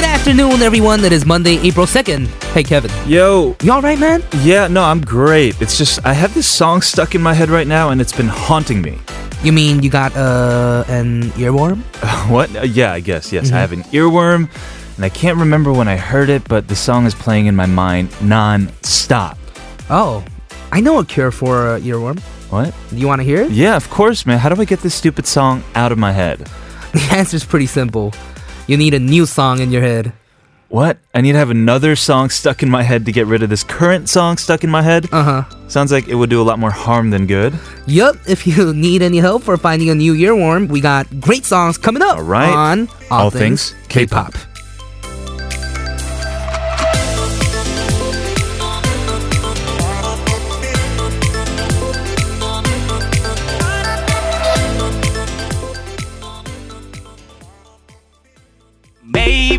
afternoon, everyone. It is Monday, April 2nd. Hey, Kevin. Yo, You alright, man? yeah, no, I'm great. It's just, I have this song stuck in my head right now and it's been haunting me. You mean you got uh, an earworm? What? Uh, Yeah, I guess, yes. I have an earworm and I can't remember when I heard it, but the song is playing in my mind non stop. Oh, I know a cure for uh, earworm. What? Do you want to hear it? Yeah, of course, man. How do I get this stupid song out of my head? The answer's pretty simple. You need a new song in your head. What? I need to have another song stuck in my head to get rid of this current song stuck in my head? Uh huh. Sounds like it would do a lot more harm than good. Yup, if you need any help for finding a new earworm, we got great songs coming up All right. on All Things K-Pop.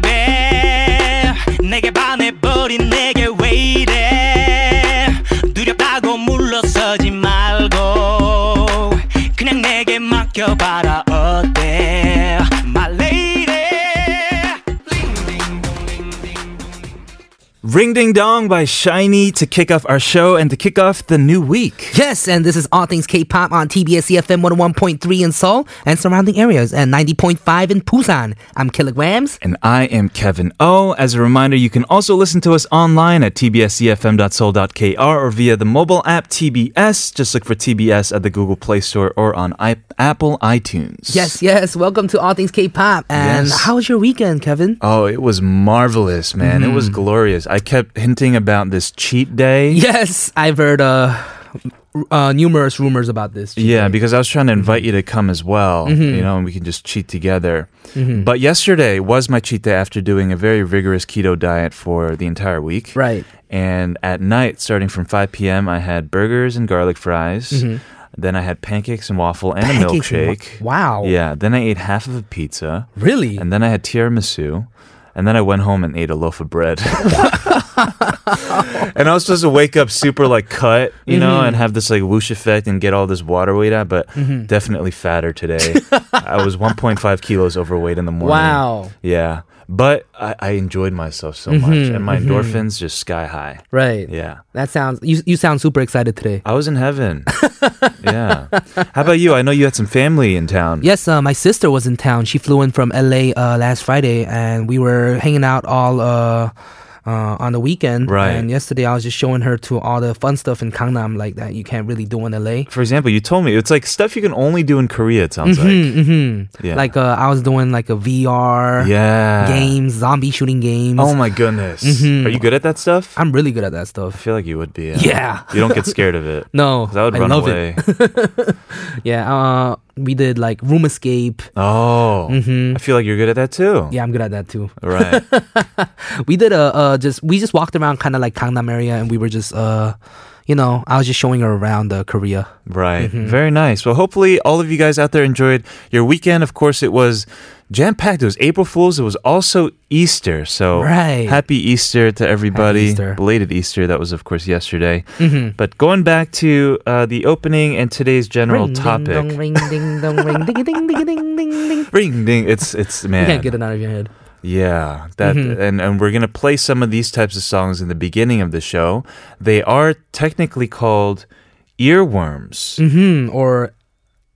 Baby 내게 반해버린 내게 왜 이래 두렵다고 물러서지 말고 그냥 내게 맡겨봐라 어때 My lady Ring Ding Dong by Shiny to kick off our show and to kick off the new week. Yes, and this is All Things K-Pop on TBS EFM 101.3 in Seoul and surrounding areas and 90.5 in Busan. I'm Kilograms. And I am Kevin O. As a reminder, you can also listen to us online at tbscfm.soul.kr or via the mobile app TBS. Just look for TBS at the Google Play Store or on I- Apple iTunes. Yes, yes. Welcome to All Things K-Pop. And Yes. how was your weekend, Kevin? Oh, it was marvelous, man. It was glorious. I kept hinting about this cheat day. Yes, I've heard uh, uh, numerous rumors about this. Yeah, because I was trying to Mm-hmm. invite you to come as well, you know, and we can just cheat together. Mm-hmm. But yesterday was my cheat day after doing a very rigorous keto diet for the entire week. Right. And at night, starting from 5 p.m., I had burgers and garlic fries. Then I had pancakes and waffle and Mm-hmm. Pancakes a and wa- milkshake. Wow. Yeah. Then I ate half of a pizza. Really? And then I had tiramisu. And then I went home and ate a loaf of bread. and I was supposed to wake up super like cut, you know, Mm-hmm. and have this like whoosh effect and get all this water weight out, but definitely fatter today. I was 1.5 kilos overweight in the morning. Wow. Yeah. But I, I enjoyed myself so much. Mm-hmm. And my endorphins just sky high. Right. Yeah. That sounds, you, you sound super excited today. I was in heaven. yeah. How about you? I know you had some family in town. Yes, uh, my sister was in town. She flew in from LA uh, last Friday, and we were hanging out all uh, uh, on the weekend. Right. And yesterday, I was just showing her to all the fun stuff in Gangnam, like that you can't really do in LA. For example, you told me it's like stuff you can only do in Korea, it sounds like. Mm-hmm. Yeah. Like uh, I was doing like a VR yeah. games, zombie shooting games. Ah. Oh my goodness. Are you good at that stuff? Mm-hmm. I'm really good at that I stuff. feel like you would be. Yeah. You don't get scared of it. No, 'Cause I would I run love it. away. Yeah, uh, we did like room escape. Hmm. Oh. I feel like you're good at that too. Mm-hmm. Yeah, I'm good at that too. Right. We did a uh, just we just walked around kind of like Gangnam area, and we were just uh, you know, I was just showing her around uh, Korea. Right. Mm-hmm. Very nice. Well, hopefully all of you guys out there enjoyed your weekend. Of course, it was jam packed. It was April Fools. It was also Easter. So Right. happy Easter to everybody. Easter. Belated Easter. That was, of course, yesterday. Mm-hmm. But going back to uh, the opening and today's general Ring, ding, topic. dong, ring, ding, dong, ring, ding, ding, ding, ding, ding, ding. Ring ding! It's it's man. You can't get it out of your head. Yeah, that Mm-hmm. and and we're gonna play some of these types of songs in the beginning of the show. They are technically called earworms. Hmm. Or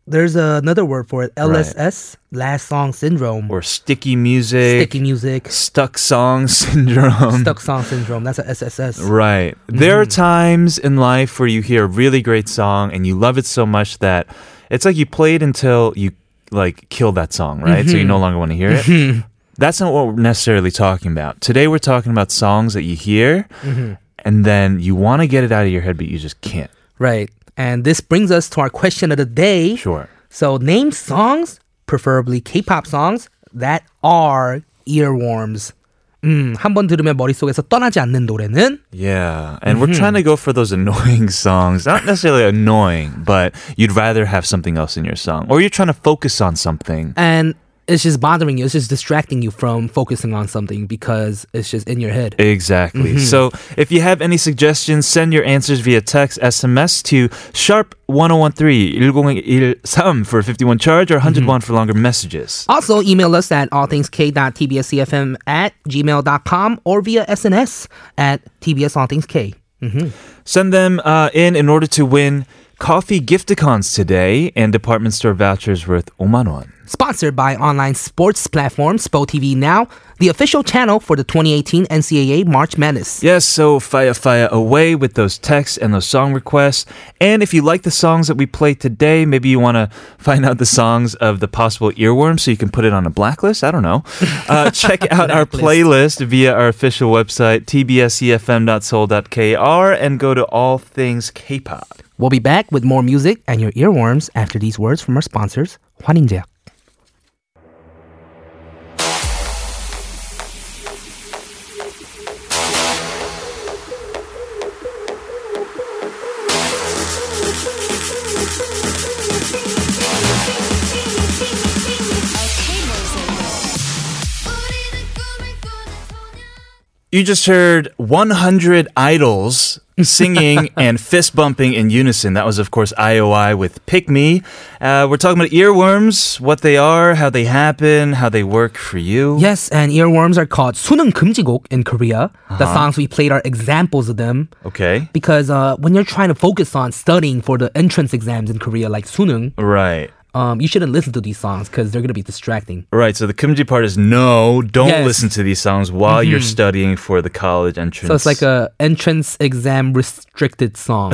there's another word for it. LSS, last song syndrome. or sticky music, sticky music, stuck song syndrome. stuck song syndrome. That's a SSS. Right. There are times in life where you hear a really great song and you love it so much that it's like you play it until you like kill that song, right? So you no longer want to hear it. That's not what we're necessarily talking about. Today we're talking about songs that you hear and then you want to get it out of your head but you just can't. Right. And this brings us to our question of the day. Sure. So name songs, preferably K-pop songs that are earworms. 음, 한번 들으면 머릿속에서 떠나지 않는 노래는 Yeah. And we're trying to go for those annoying songs. Not necessarily annoying, but you'd rather have something else in your song or you're trying to focus on something. and it's just bothering you. It's just distracting you from focusing on something because it's just in your head. Exactly. So if you have any suggestions, send your answers via text SMS to sharp 1013 1013 for 51 charge or 101 for longer messages. Also, email us at allthingsk.tbscfm at gmail.com or via SNS at TBS All Things K. Send them uh, in in order to win coffee gifticons today and department store vouchers worth 5만 won. Sponsored by online sports platform SpoTV Now, the official channel for the 2018 NCAA March Madness. Yes, so fire fire away with those texts and those song requests. And if you like the songs that we play today, maybe you want to find out the songs of the possible earworm so you can put it on a blacklist. I don't know. Uh, check out our playlist via our official website, tbscfm.soul.kr, and go to all things K-pop. We'll be back with more music and your earworms after these words from our sponsors, 환인제약. You just heard 100 idols singing and fist bumping in unison. That was, of course, IOI with Pick Me. Uh, we're talking about earworms, what they are, how they happen, how they work for you. Yes, and earworms are called 수능 금지곡 in Korea. The songs we played are examples of them. Okay. Because uh, when you're trying to focus on studying for the entrance exams in Korea, like Sunung, Right. um, you shouldn't listen to these songs because they're going to be distracting. Right. So the kimchi part is no, don't Yes. Mm-hmm. listen to these songs while you're studying for the college entrance. So it's like a entrance exam restricted song.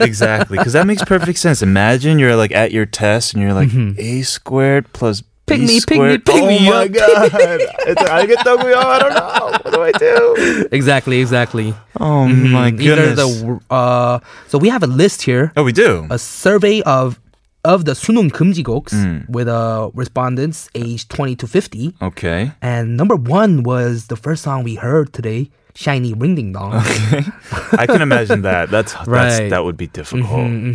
exactly because that makes perfect sense. Imagine you're like at your test and you're like a squared plus. Mm-hmm. Pick B me, pick me, squared. pick oh me my up. god! It's- I get we I don't know. What do I do? exactly, exactly. Oh my Mm-hmm. Either goodness! Mm, the uh, so we have a list here, oh, we do. a survey of of the Sunung 금지곡s Mm. with uh, respondents aged 20 to 50. Okay. And number one was the first song we heard today, Shiny Ring Ding Dong. I can imagine that. That's, Right. Mm-hmm, that's that would be difficult.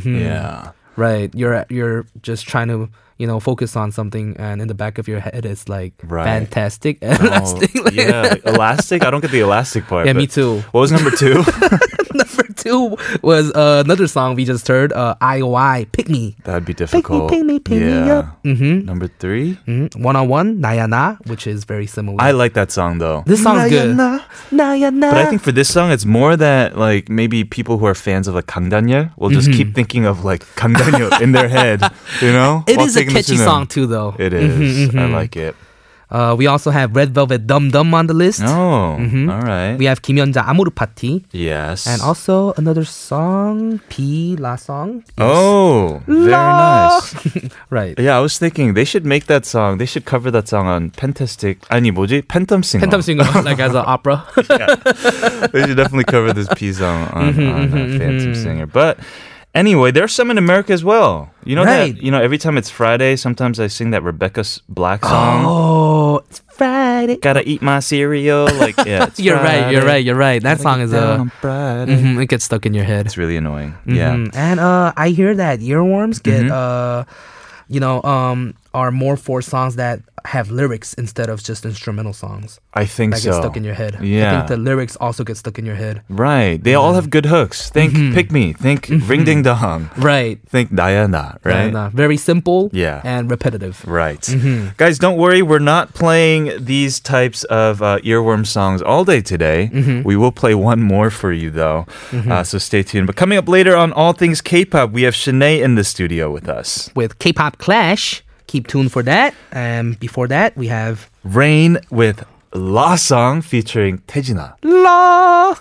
Yeah. Right. You're you're just trying to you know focus on something, and in the back of your head, it's like Right. fantastic and elastic. Oh, Like, yeah. Elastic. I don't get the elastic part. Yeah, me but- too. What was number two? Number two was uh, another song we just heard, uh, IOI, Pick Me. That'd be difficult. ping me, ping me up. Mm-hmm. Number three. Mm, One on one, Nayana, which is very similar. I like that song though. this song's good. Nayana. Nayana. But I think for this song, it's more that like maybe people who are fans of like Kang Daniel will just keep thinking of like Kang Daniel in their head, you know? it While is a taking the catchy tune. song too, though. Mm. It is. I like it. Uh, we also have Red Velvet Dum Dum on the list. Oh, all right. We have Kim Yeonja Amuru Party, yes. and also another song, P La song. oh, very nice. Right. Yeah, I was thinking they should make that song. They should cover that song on Pentastic. 아니 뭐지? 팬텀 싱어. Phantom Singer, like as an opera. they should definitely cover this P song on, Mm-hmm, on uh, Phantom Singer. But anyway, there are some in America as well. You know Right. that you know every time it's Friday, sometimes I sing that Rebecca S- Black song. Oh, it's Friday. Gotta eat my cereal. Like yeah, it's You're right. You're right. Friday. You're right. That song is uh, Down a. on Friday. Mhm, it gets stuck in your head. It's really annoying. Yeah. Mm-hmm. Mm, And uh, I hear that earworms get uh, you know, um, are more for songs that have lyrics instead of just instrumental songs I think that so. get stuck in your head. I Yeah. think the lyrics also get stuck in your head. Right. They Mm-hmm. all have good hooks. Think pick me. Think ring ding dong. Right. Think Diana. Right. And, uh, very simple. Yeah. And repetitive. Right. Guys, don't worry. We're not playing these types of uh, earworm songs all day today. We will play one more for you, though. Uh, so stay tuned. But coming up later on All Things K pop, we have Shanae in the studio with us. With K-pop Clash, keep tuned for that. And before that, we have Rain with La Song featuring Tejina. La.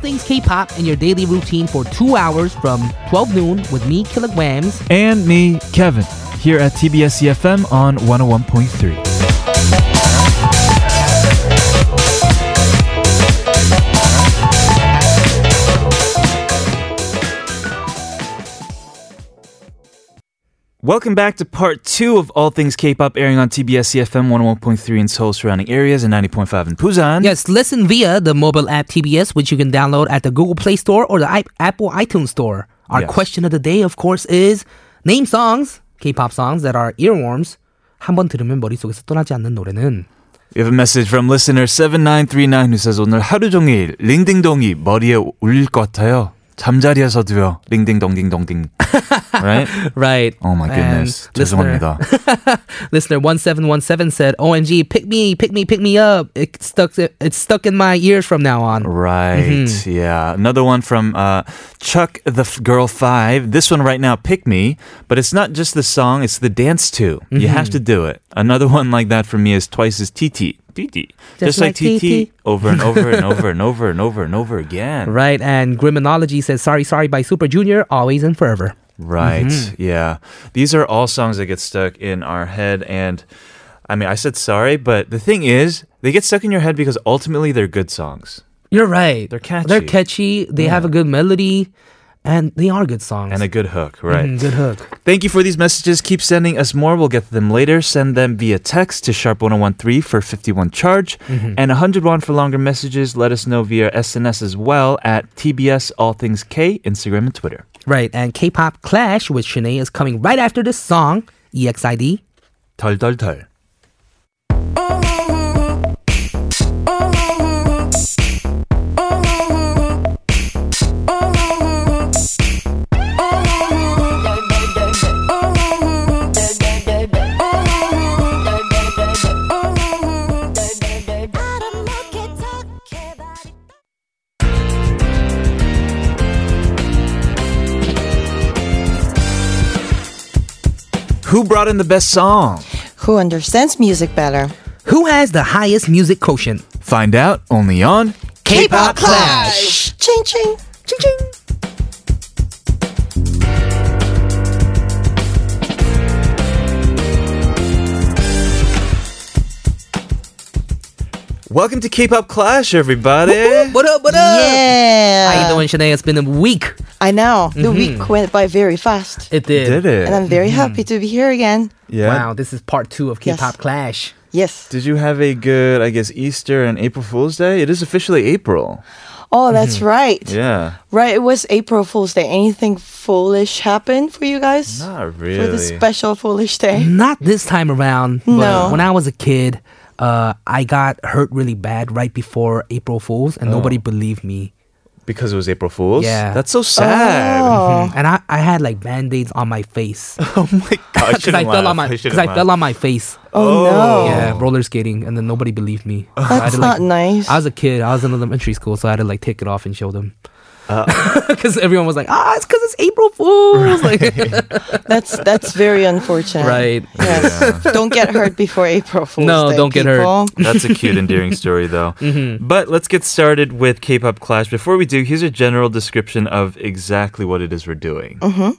things K-pop in your daily routine for two hours from 12 noon with me, Kilograms. And me, Kevin, here at TBS EFM on 101.3. Welcome back to part two of All Things K-Pop airing on TBS EFM 101.3 in Seoul surrounding areas and 90.5 in Busan. Yes, listen via the mobile app TBS, which you can download at the Google Play Store or the I- Apple iTunes Store. Our Yes. question of the day, of course, is name songs, K-pop songs that are earworms. 한번 들으면 머릿속에서 떠나지 않는 노래는 We have a message from listener 7939 who says 오늘 하루 종일 링딩동이 머리에 울릴 것 같아요. 잠자리에서도요. 링딩동딩동딩. right? Right. Oh my And goodness. listener- 죄송합니다. Listener one seven one seven said, "OMG, pick me, pick me, pick me up. It's stuck. It's stuck in my ears from now on." Right. Mm-hmm. Yeah. Another one from uh, Chuck the F- Girl Five. This one right now, Pick Me. But it's not just the song, it's the dance too. You have Mm-hmm. to do it. Another one like that for me is Twice's TT. TT. Just, like, TT. Over and over and over and over and over and over again. Right. And Griminology says, "Sorry, sorry" by Super Junior, always and forever. Right. Yeah. These are all songs that get stuck in our head. And I mean, I said sorry, but the thing is, they get stuck in your head because ultimately they're good songs. You're right. They're catchy. They're catchy. They have a good melody, and they are good songs And a good hook, right? Mm, good hook. Thank you for these messages. Keep sending us more. We'll get to them later. Send them via text to sharp1013 for 51 charge and 100 won for longer messages. Let us know via SNS as well at TBS All Things K, Instagram and Twitter. Right. And K-pop Clash with Shanae is coming right after this song. E EXID. 덜덜덜. Who brought in the best song? Who understands music better? Who has the highest music quotient? Find out only on K-pop Clash! Ching ching! Ching ching! Welcome to K-pop Clash, everybody. What up? What up? Yeah! How you doing, Mm-hmm. Shanae? It's been a week. I know. The week went by very fast. It did. Did it? and I'm Mm-hmm. very happy to be here again. Wow, this is part two of Yes. K-pop Clash. Yes. Did you have a good, I guess, Easter and April Fool's Day? It is officially April. Oh, that's Mm-hmm. right. Yeah. Right, it was April Fool's Day. Anything foolish happened for you guys? Not For the really. special foolish day? Not this time around. But No. When I was a kid, uh, I got hurt really bad right before April Fools, and nobody believed me. Because it was April Fool's? Yeah. That's so sad. Oh. And I, I had like band aids on my face Oh my god! because I fell on my because I, fell on my face. Oh, no. Yeah, roller skating, and then nobody believed me. I had That's to, not like, nice. I was a kid. I was in elementary school, so I had to like take it off and show them. Because everyone was like, "Ah, it's because it's April Fools." Like, That's that's very unfortunate. Right. Yes. Don't get hurt before April Fool's No, Day. don't get hurt. people. That's a cute, endearing story, though. Mm-hmm. But let's get started with K-pop Clash. Before we do, here's a general description of exactly what it is we're doing. Uh-huh.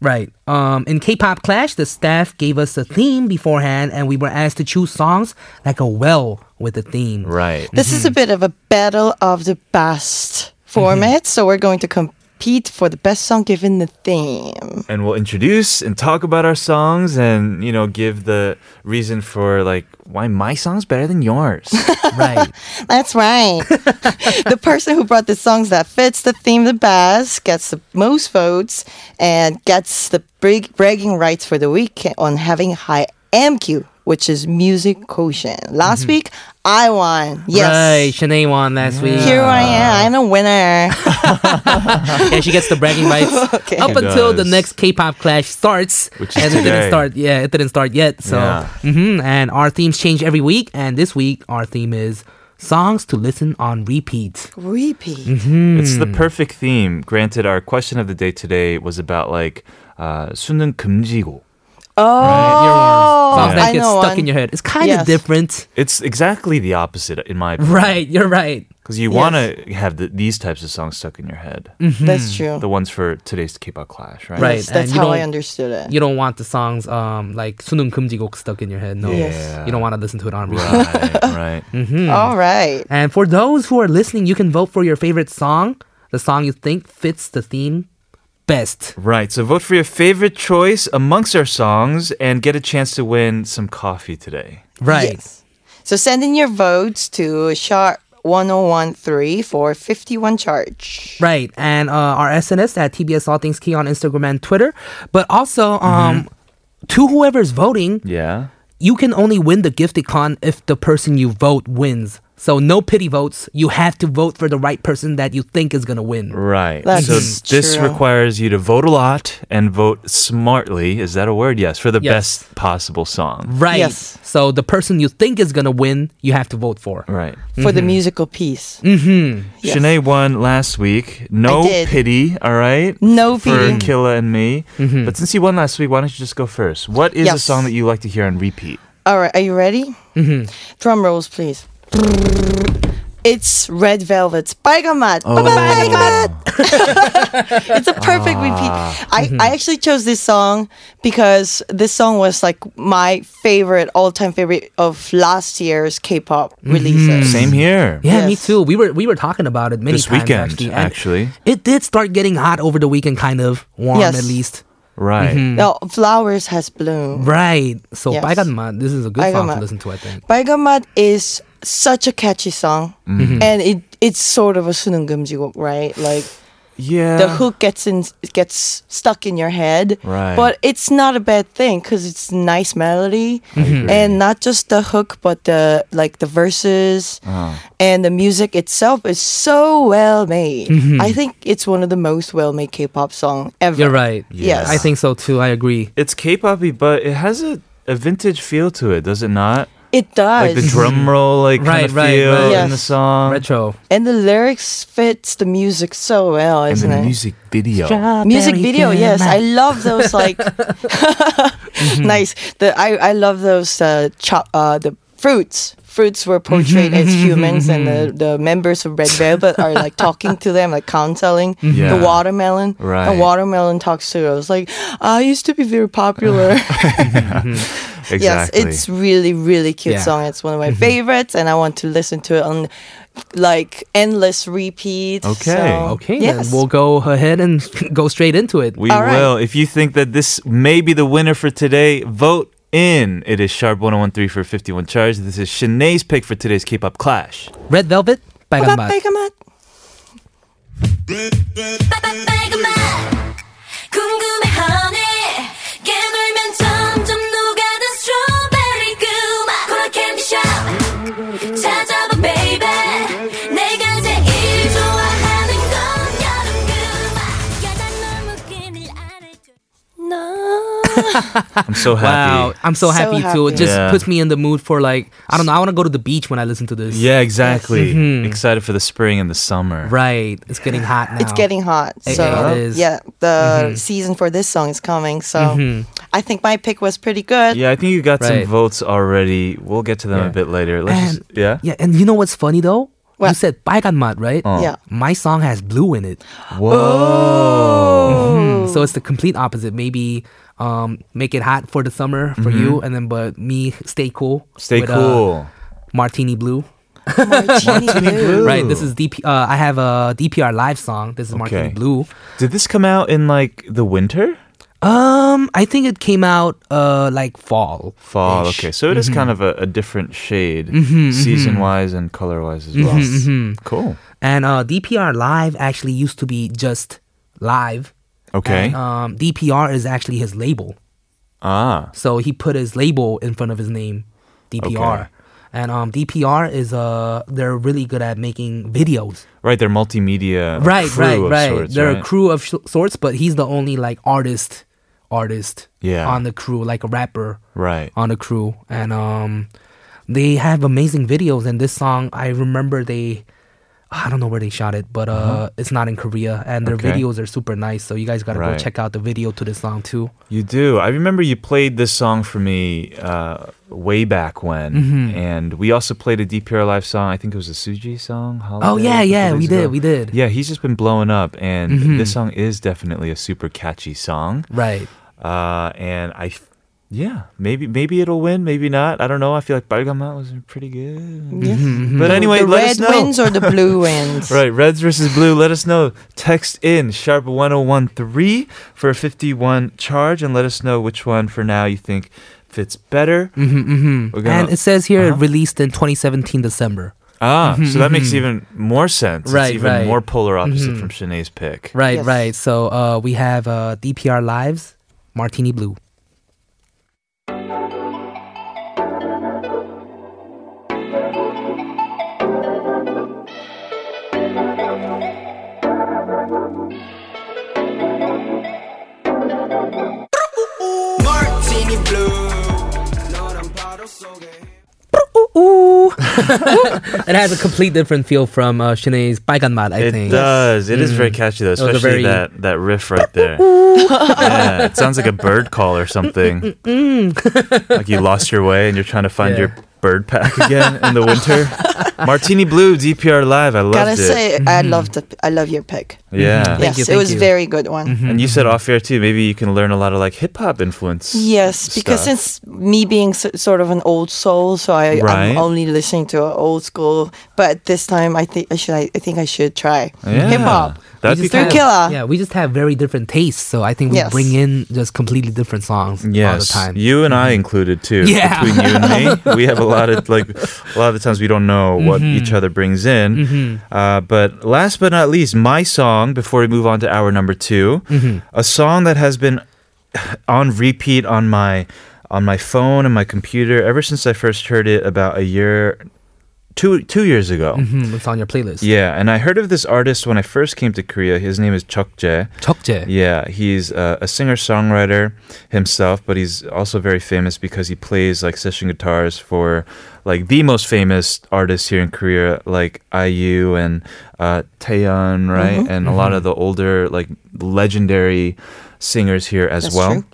Right. Um, in K-pop Clash, the staff gave us a theme beforehand, and we were asked to choose songs like a well with a theme. Right. This is a Mm-hmm. bit of a battle of the best format, Mm-hmm. so we're going to compete for the best song given the theme. And we'll introduce and talk about our songs, and you know, give the reason for like why my song's better than yours. Right. That's right. the person who brought the songs that fits the theme the best gets the most votes and gets the big bragging rights for the week on having high MQ, which is music quotient. Last week, I won. Yes. Mm-hmm. Right. Shanae won last week. Here I am. I'm a winner. Yeah, she gets the bragging rights Okay. up She until the does. next K-pop Clash starts, Which is and it today. didn't start. Yeah, it didn't start yet. So, Yeah. hmm and our themes change every week, and this week our theme is songs to listen on repeat. Repeat. Hmm. It's the perfect theme. Granted, our question of the day today was about like uh, 수능 금지고. Oh, Oh, Earworms. Songs that I get know stuck one. in your head. It's kind of Yes. different. It's exactly the opposite in my opinion. Right, you're right. Because you Yes. want to have the, these types of songs stuck in your head. That's Hmm. true. The ones for today's K-pop Clash, right? Mm. Right. Yes, and that's you how I don't- understood it. You don't want the songs um like Sunung Kumjigok stuck in your head. No. Yes. You don't want to listen to it on repeat. Right, right. Mm-hmm. All right. And for those who are listening, you can vote for your favorite song, the song you think fits the theme best. Right. So vote for your favorite choice amongst our songs and get a chance to win some coffee today. Right. Yes. So send in your votes to sharp 1013 for 51 charge. Right. And uh, our SNS at TBS All Things Key on Instagram and Twitter. But also, um, to whoever's voting, Yeah. you can only win the gift icon if the person you vote wins. So no pity votes. You have to vote for the right person that you think is going to win. Right. That's so this true. requires you to vote a lot and vote smartly. Is that a word? Yes. For the Yes. best possible song. Right. Yes. So the person you think is going to win, you have to vote for. Right. Mm-hmm. For the musical piece. Yes. Shanae won last week. No did. pity. All right. No For pity. Killa and me. Mm-hmm. But since you won last week, why don't you just go first? What is a Yes. song that you like to hear on repeat? All right. Are you ready? Mm-hmm. Drum rolls, please. It's Red Velvet's Baigamat. It's a perfect repeat. I, I actually chose this song because this song was like my favorite, all time favorite of last year's K pop releases. Same here. Yeah, me Yes. too. We were we were talking about it many This times weekend, actually. and actually. It did start getting hot over the weekend kind of warm Yes. at least. Right. Mm-hmm. Now, Flowers Has Bloomed. Right. So Yes. Baiganma, this is a good song to Baiganma. listen to, I think. Baigamat is such a catchy song, and it it's sort of a sunungumjigok, right? Like Yeah. the hook gets in, gets stuck in your head, Right. but it's not a bad thing because it's nice melody, Mm-hmm. and not just the hook, but the like the verses Uh-huh. and the music itself is so well made. Mm-hmm. I think it's one of the most well made K-pop song ever. You're right. Yes. I think so too. I agree. It's K-poppy, but it has a, a vintage feel to it, does it not? It Like does. the drum roll, like kind Right, of right, feel right. in the Yes. song, Retro. and the lyrics fits the music so well, and isn't the it? music video. music video yes i love those like nice the i i love those uh chop uh the fruits fruits were portrayed as humans and the, the members of red velvet are like talking to them like counseling Yeah. the watermelon Right. the watermelon talks to us like i used to be very popular Exactly. yes it's really really cute Yeah. song it's one of my favorites and i want to listen to it on like endless repeat Okay. So, Okay, yes then we'll go ahead and go straight into it. we all right. will. If you think that this may be the winner for today, vote in. It is Sharp 1013 for 51 Charge. This is Shanae's pick for today's K-pop Clash. Red Velvet, Baiganma. Bye-bye. 궁금해하네 깨물면 점점 녹아든 스트로베리 그만 콜라 캔디 샵 찾아봐 baby 내가 제일 좋아하는 건 여름 그만 야단 너무 끈을 알아줘 너 I'm so Wow, happy. I'm so So happy too. It happy. just Yeah. puts me in the mood for like I don't know. I want to go to the beach when I listen to this. Yeah, exactly. Excited for the spring and the summer. Mm-hmm. right. It's getting hot now. It's getting hot. It- so it is. Mm-hmm. yeah, the season for this song is coming. So I think my pick was pretty good. Yeah, I think you got Right. some votes already. We'll get to them a Yeah. bit later. Let's And, just, yeah? yeah, and you know what's funny though? You What? said Baiganma, right? Oh. Yeah. My song has blue in it, Oh. Mm. Whoa. so it's the complete opposite. Maybe um, make it hot for the summer for you, and then but me stay cool. Mm-hmm. Stay with, uh, cool. Martini Blue. Martini Blue. Right. This Ooh. is DP. Uh, I have a DPR live song. This is Martini Okay. Blue. Did this come out in like the winter? Um, I think it came out uh like fall. Fall. Okay, so it is kind Mm-hmm. of a, a different shade, season wise and color wise as well. Mm-hmm, Cool. And uh, DPR live actually used to be just live. Okay. And, um, DPR is actually his label, ah, so he put his label in front of his name, DPR. Okay. And um, DPR is uh, they're really good at making videos. right. They're multimedia. Right, crew right, of right. sorts, they're a right? crew of sh- sorts, but he's the only like artist, artist Yeah. on the crew, like a rapper. Right. on the crew and um they have amazing videos and this song I remember they I don't know where they shot it, but uh, it's not in Korea, and their Uh-huh. Okay. videos are super nice. So you guys gotta Right. go check out the video to this song too. You do. I remember you played this song for me uh, way back when, Mm-hmm. and we also played a DPR Live song. I think it was a Suji song. Oh Holiday, a yeah, couple yeah, we did, days Mm-hmm. ago. we did. Yeah, he's just been blowing up, and this song is definitely a super catchy song. Right. Uh, and I, f- yeah, maybe maybe it'll win, maybe not. I don't know. I feel like Balgamat was pretty good. Yeah. Mm-hmm, But anyway, the let red us know. wins or the blue wins. Right, reds versus blue. Let us know. Text in sharp 1013 for a 51 charge and let us know which one for now you think fits better. Mm-hmm, We're And gonna- it says here Uh-huh. released in 2017 December. Ah, so that makes even more sense. Mm-hmm. Right, it's even right. more polar opposite Mhm. from Shanae's pick. Right, Yes. right. So uh, we have uh, DPR Lives, Martini Blue. Ooh. it has a complete different feel from uh, Shanae's Baigan Mad, I It think. does. It is very catchy though, It was a especially Mm. Oh, very- that, that riff right there. yeah, it sounds like a bird call or something. like you lost your way and you're trying to find Yeah. your bird pack again in the winter. Martini Blue DPR live. I loved Gotta it. say, I love the I love your pick. yeah. Mm-hmm. Thank yes, you, it thank was you. Mm-hmm. very good one. And you said off air too. Maybe you can learn a lot of like hip hop influence. Yes, because stuff. since me being s sort of an old soul, so I, Right. I'm only listening to old school. But this time, I think I should. I, I think I should try Yeah. hip hop. That'd We be just cool. have- Killer. Yeah, we just have very different tastes, so I think we Yes. bring in just completely different songs all the Yes, time. Mm-hmm. you and I included too. Yeah. Between you and me, we have a lot of like a lot of the times we don't know what Mm-hmm. each other brings in. Uh, but last but not least, my song before we move on to hour number 2 Mm-hmm. a song that has been on repeat on my on my phone and my computer ever since I first heard it about a year, two two years ago. Mhm, it's on your playlist. Yeah, and I heard of this artist when I first came to Korea. His name is Chuk Jae. Chokje. Yeah, he's uh, a singer songwriter himself, but he's also very famous because he plays like session guitars for like the most famous artists here in Korea, like IU and uh, Taeyeon, right? Mm-hmm. And a lot of the older, like legendary singers here as That's well. true.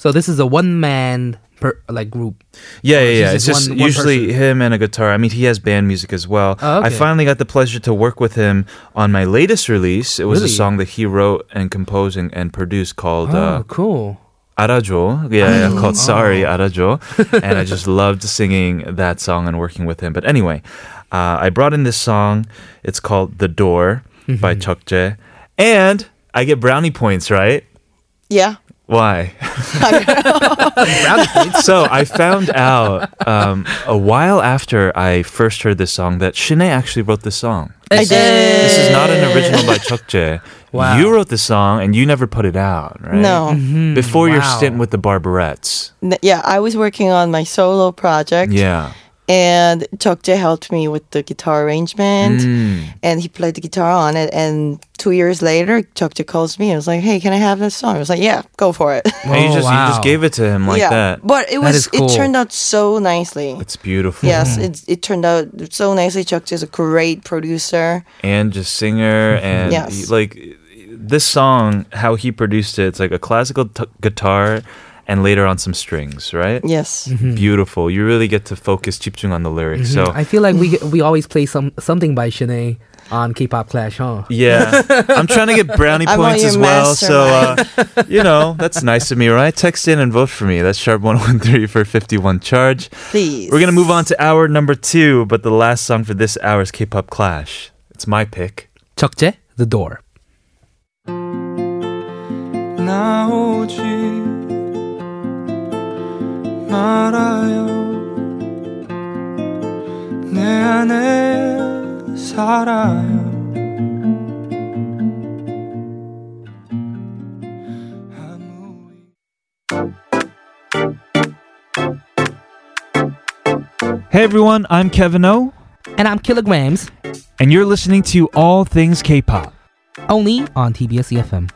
So this is a one man per, like group. Yeah, yeah, it's yeah. It's just just one- one usually person. him and a guitar. I mean, he has band music as well. Oh, I okay. finally got the pleasure to work with him on my latest release. It was a Really? song that he wrote and composed and, and produced called oh, uh, cool. Arajo. Yeah, yeah, called Oh. Sorry Arajo. and I just loved singing that song and working with him. But anyway, uh, I brought in this song. It's called The Door by Mm-hmm. Chuck Jae. And I get brownie points, right? Yeah, Why? Brownie points. so I found out um, a while after I first heard this song that Shine actually wrote this song. I did. This is not an original by Chuck Jae. Wow. Mm-hmm. You wrote the song and you never put it out, right? No, Before your wow. stint with the Barbarettes. N- yeah, I was working on my solo project, Yeah. and Chokje helped me with the guitar arrangement, Mm. and he played the guitar on it. And two years later, Chokje calls me and was like, "Hey, can I have this song?" I was like, "Yeah, go for it." and Oh, you just you just wow. gave it to him like yeah, that. but it That is was cool. it turned out so nicely. It's beautiful. Yes, it, it turned out so nicely. Chuck is a great producer. And just singer Mm-hmm. and Yes. he- like this song, how he produced it, it's like a classical t- guitar and later on some strings, right? Yes. Beautiful. You really get to focus chipchung on the lyrics. So Mm-hmm. I feel like we we always play some something by Shanae on K-pop Clash, huh? Yeah, I'm trying to get brownie I'm points on as your well. So, uh, you know, that's nice of me, right? Text in and vote for me. That's sharp 113 for 51 charge. Please. We're going to move on to hour number two, but the last song for this hour is K pop Clash. It's my pick. Chokje, The Door. 나오지 말아요 내 안에 살아요 아무 Hey, everyone, I'm Kevin O, And I'm Kilograms, and you're listening to All Things K pop. only on TBS EFM.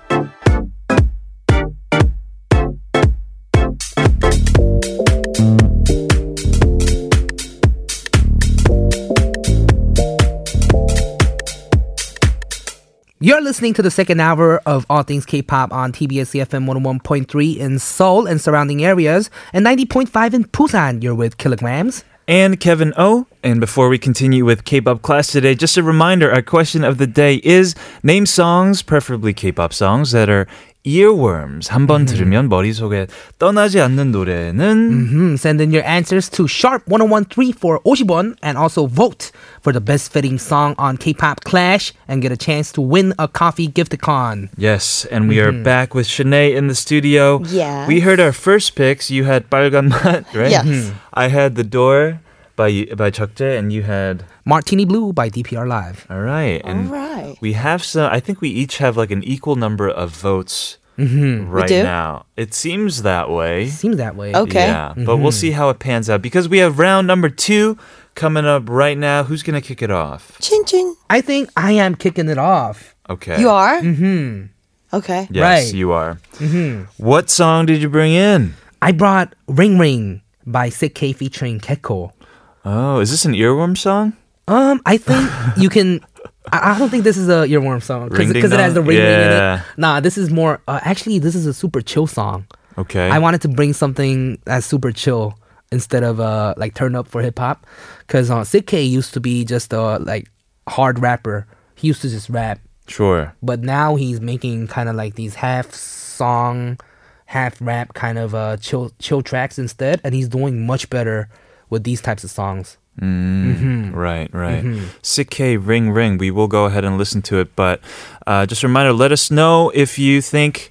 You're listening to the second hour of All Things K-Pop on TBS EFM 101.3 in Seoul and surrounding areas and 90.5 in Busan. You're with Kilograms. and Kevin O. And before we continue with K-pop class today, just a reminder: our question of the day is name songs, preferably K-pop songs that are earworms. 한번 들으면 머릿속에 떠나지 않는 노래는 Hmm, send in your answers to sharp 1013 Oshibon and also vote for the best fitting song on K-Pop Clash and get a chance to win a coffee gift con. Yes, and we are back with Shanae in the studio. Yes. We heard our first picks. You had 빨간 맛, right? Yes. Mhm. I had The Door by by Chukja, and you had Martini Blue by DPR Live. All right. And right. We have some I think we each have like an equal number of votes right Mm-hmm. do? now. It seems that way. Seems that way. Okay. Mm-hmm. Yeah, but we'll see how it pans out because we have round number 2 coming up right now. Who's going to kick it off? Chin chin. I think I am kicking it off. Okay. You are? Mm-hmm. Okay. Yes, Right. you are. Mm-hmm. What song did you bring in? I brought Ring Ring by Sick K featuring Keko. Oh, is this an earworm song? Um, I think you can. I I don't think this is a earworm song Ring because ding it has the dong? ring ring in it. Yeah. Nah, this is more. Uh, actually, this is a super chill song. Okay. I wanted to bring something that's super chill instead of uh like turn up for hip hop, because uh, Sick K used to be just a like hard rapper. He used to just rap, sure. but now he's making kind of like these half song, half rap kind of uh chill chill tracks instead, and he's doing much better with these types of songs. Mm-hmm. Right, right. Sick K Ring Ring. We will go ahead and listen to it, but uh, just a reminder let us know if you think.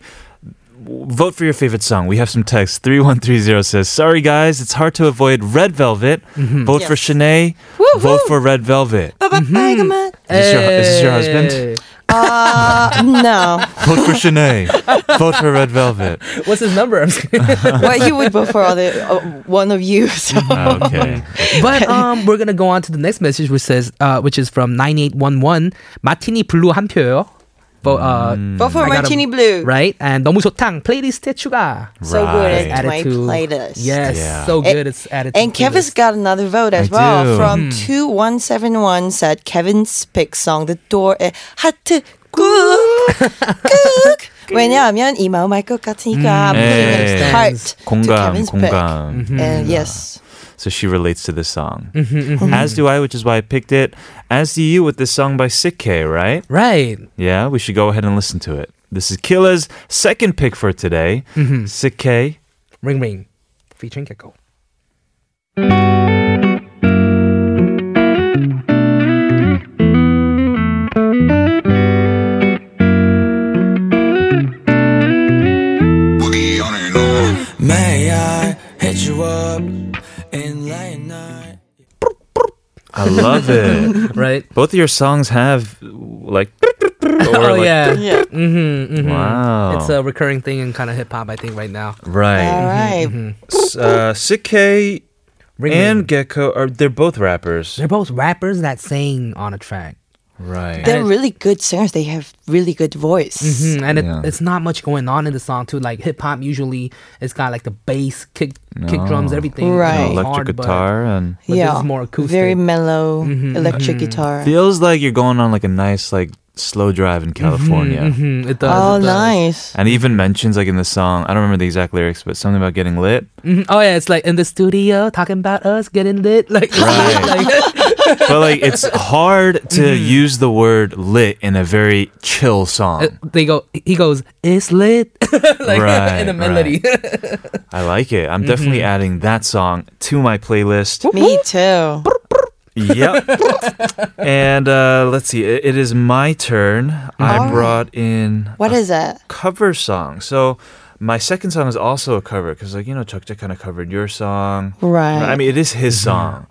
Vote for your favorite song. We have some text. 3130 says, Sorry guys, it's hard to avoid Red Velvet. Vote for Shanae. Vote for Red Velvet. Is Bye-bye. this, your, is this your husband? Hey. Uh, no. Vote for Shanae. Vote for Red Velvet. What's his number? I'm just kidding. well, he would vote for other, uh, one of you. So. Mm-hmm. Ah, Okay. but um, we're gonna go on to the next message, which says, uh, which is from nine eight one one 마티니 블루 한 표요. But, uh, Vote for I gotta- Martini Blue. Right and 너무 좋당 플레이리스트에 추가. So Right. good at my playlist. Yes, Yeah. so And- good. it's added. to And the Kevin's playlist. got another vote as I well do. from Hmm. 2171 said Kevin's pick song The Door 의 하트 꾹 꾹. 왜냐하면 이 마음 알 것 같으니까 I'm 예. putting a heart to 공감, Kevin's pick. 공감. And yes. So she relates to this song. As do I, which is why I picked it. As do you with this song by Sick K, right? right. Yeah, we should go ahead and listen to it. This is Killa's second pick for today. Mm-hmm. Sick K. Ring ring, featuring Keko. May I hit you up in late night? I love it. Right. Both of your songs have like. or, oh like- yeah. Mm-hmm. Yeah. Wow. It's a recurring thing in kind of hip hop, I think, right now. All Mm-hmm, right. right. S- Uh, Sick K Ring and ring. Gecko are they're both rappers. They're both rappers that sing on a track. Right. They're really good singers. They have really good voice. Mm, and it, Yeah. it's not much going on in the song too. Like hip hop, usually it's got like the bass, kick, kick drums, everything. you know, Right. Electric hard, but- guitar and But this yeah. is more acoustic. Mm-hmm, Very mellow electric Mm-hmm. guitar. feels like you're going on like a nice like slow drive Mm-hmm. in California. Mhm, it does. Oh, it does. nice. And he even mentions like in the song, I don't remember the exact lyrics, but something about getting lit. Mhm, Oh yeah, it's like in the studio talking about us getting lit. Like, like- But like it's hard to Mm-hmm. use the word lit in a very chill song. they go. He goes, "It's lit," like Right, in a right. melody. Mm-hmm. I like it. I'm definitely adding that song to my playlist. Me too. yep. And uh, let's see. It, it is my turn. I Alright. brought in What is that? cover song. So my second song is also a cover because like you know Chuck kind of covered your song. Right. I mean it is Mm-hmm. his song,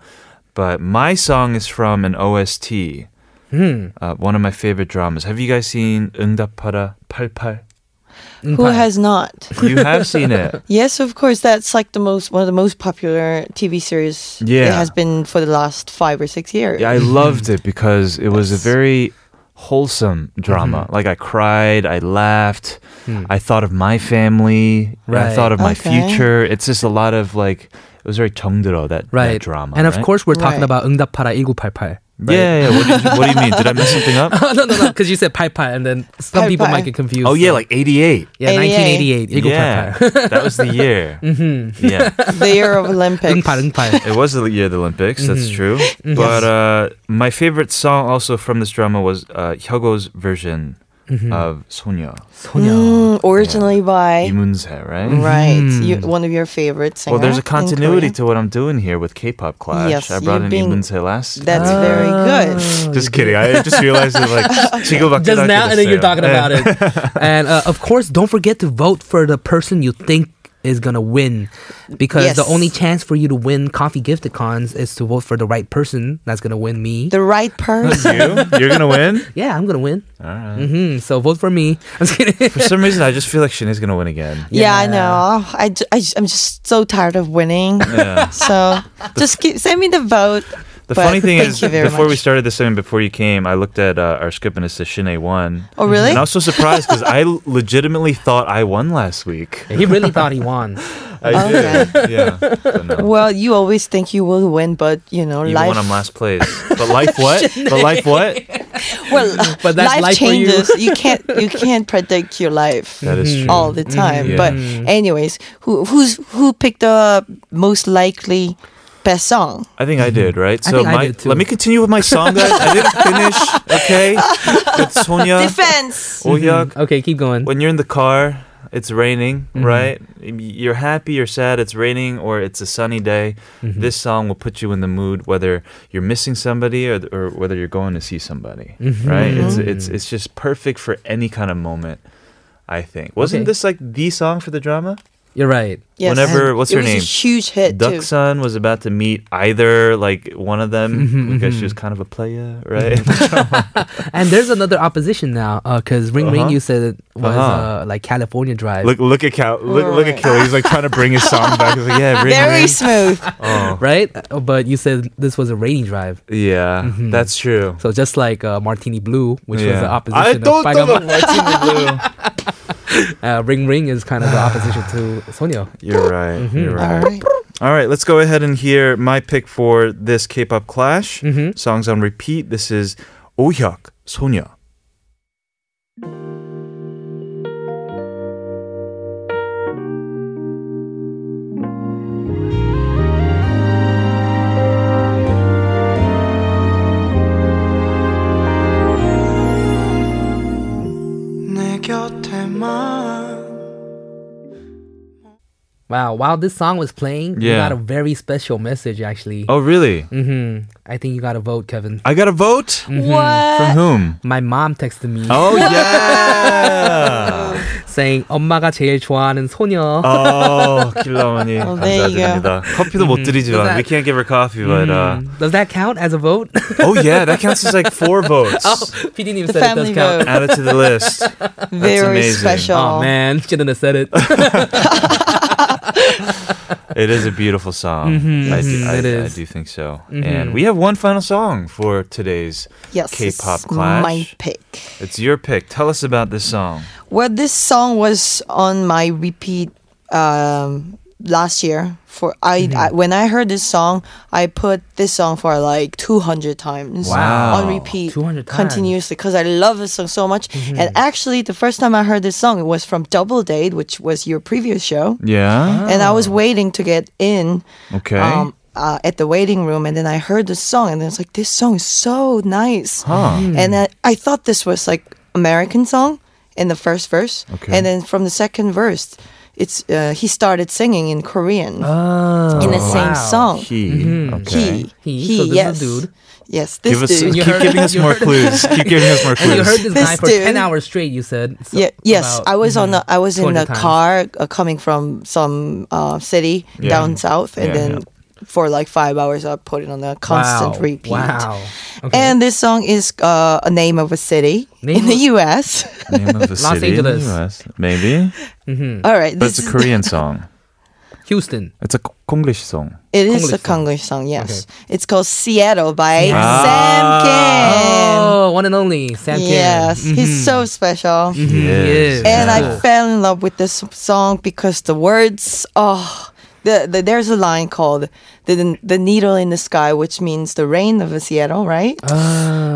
but my song is from an OST. Hmm. Uh, one of my favorite dramas. Have you guys seen 응답하라 88? Who has not? You have seen it. Yes, of course. That's like the most one of the most popular TV series. Yeah. it has been for the last five or six years. Yeah, I loved it because it was a very wholesome drama. Mm-hmm. Like I cried, I laughed, I thought of my family, I Hmm. Right. thought of my Okay. future. It's just a lot of like it was very 정들어 that, that right. drama. And of right? course, we're talking Right. about 응답하라 1988. right? Yeah, yeah. What, do you, what do you mean? Did I mess something up? no, no, no, because you said pie pie, and then some Pie people pie. might get confused. Oh yeah, so- like '88. yeah, 88. 1988, Eagle yeah, pie pie. that was the year. mm-hmm. Yeah, the year of Olympics. Eung pie, eung pie. it was the year of the Olympics. That's Mm-hmm. true. But uh, my favorite song also from this drama was uh, Hyogo's version Mm-hmm. of Sonya 소녀. Mm, originally by Imunse, right? right, you, one of your favorite singers. Hmm. Well, there's a continuity to what I'm doing here with K-pop Clash. Yes, I brought you're in being- Imunse last. That's very Ah. good. just kidding. I just realized that like 지금 Just now, and then you're talking Yeah. about it. And uh, of course, don't forget to vote for the person you think is gonna win, because the Yes. only chance for you to win coffee gifted cons is to vote for the right person that's gonna win me. The right person. You? You're gonna win. yeah, I'm gonna win. All right. hmm So vote for me. I'm just kidding. For some reason, I just feel like Shanae's gonna win again. Yeah, I Yeah. know. I, ju- I, ju- I'm just so tired of winning. Yeah. So just keep, send me the vote. The But funny thing thank is, you very before we much. started this and before you came, I looked at uh, our script and it says Shanae won. Oh, really? And I was so surprised because I legitimately thought I won last week. he really thought he won. I did. Yeah. But no. Well, you always think you will win, but you know, Even life. when I'm last place. But life what? but life what? well, But that's life for you. changes. you can't you can't predict your life That is true. Mm, all the time. Yeah. But anyways, who who's who picked the most likely best song? I think I did, right? I think I my, did too. let me continue with my song, guys. I didn't finish, okay? With Sonia, Defense. Ohyuk, Okay, keep going. when you're in the car, it's raining, right? You're happy, you're sad, it's raining, or it's a sunny day. This song will put you in the mood, whether you're missing somebody or, or whether you're going to see somebody, right? It's, Mm-hmm. it's, it's just perfect for any kind of moment. I think wasn't Okay. this like the song for the drama? You're right. Yes. Whenever- what's it her was name? A huge hit Duck too. Sun was about to meet either like one of them because she was kind of a player, right? And there's another opposition now, because Ring Ring, you Uh-huh. said it was Uh-huh. uh, like California Drive, look, look at Cal, look, look at Kelly. He's like trying to bring his song back. He's like, yeah, bring Very it smooth. Oh. right? Uh, But you said this was a rainy drive. Yeah, that's true. So just like uh, Martini Blue, which was the opposition I of don't Bang know Up- the uh, Ring Ring is kind of the opposition to Sonia. You're right. Mm-hmm. You're right. All right. All right, let's go ahead and hear my pick for this K-pop clash. Mm-hmm. Songs on repeat. This is Ohyuk Sonya. 내 곁에만 Wow! While this song was playing, you Yeah. got a very special message actually. Oh, really? Mm-hmm. I think you got a vote, Kevin. I got a vote from What? whom? My mom texted me Oh yeah. saying 엄마가 제일 좋아하는 소녀. Oh, 길라머니 there you go. 감사드립니다. 커피도 못 드리지만 Mm-hmm. that- we can't give her coffee, but uh, Mm. Does that count as a vote? oh yeah, that counts as like four votes. oh, PD The said it does family count. vote. Add it to the list. Very amazing. special. Oh man, shouldn't have said it. It is a beautiful song. I, do, Mm-hmm, I, It I is. Mm-hmm. do think so. And we have one final song for today's Yes. it's K-pop clash. My pick. It's your pick. Tell us about this song. Well, this song was on my repeat um, last year. For I, Mm-hmm. I when I heard this song, I put this song for like 200 times Wow. on repeat, 200 times. continuously because I love this song so much. Mm-hmm. And actually, the first time I heard this song, it was from Double Date, which was your previous show, Yeah. and I was waiting to get in Oh. Okay. um, uh, at the waiting room, and then I heard the song, and then it's like, this song is so nice. huh. And I, I thought this was like American song in the first verse, Okay. and then from the second verse, it's uh, he started singing in Korean oh, in the same song. He. Okay. He, He, so this is yes, dude. yes, this Give us, dude. mm-hmm. You keep heard- giving us you more heard- clues. Keep giving us more And clues. you heard this, This guy for dude. ten hours straight. You said. So Ye- yes, about- I was on. A, I was in 200 a times. car uh, coming from some uh, city Yeah. down south, and Yeah, then for like five hours, I put it on a constant wow. repeat. Wow. Okay. And this song is uh, a name of a city Name in the of- U.S. Name of a Los city in the Angeles. US. Maybe. All right, But this it's a is- Korean song. Houston. It's a K- Konglish song. It is Konglish a song. Konglish song, yes. It's called Seattle by Seattle. Ah. Sam Kim. Oh, one and only Sam Mm-hmm. Kim. Yes, he's so special. Yes. And Cool. I fell in love with this song because the words, oh, the, the there's a line called the the needle in the sky, which means the rain of Seattle, right? Ah.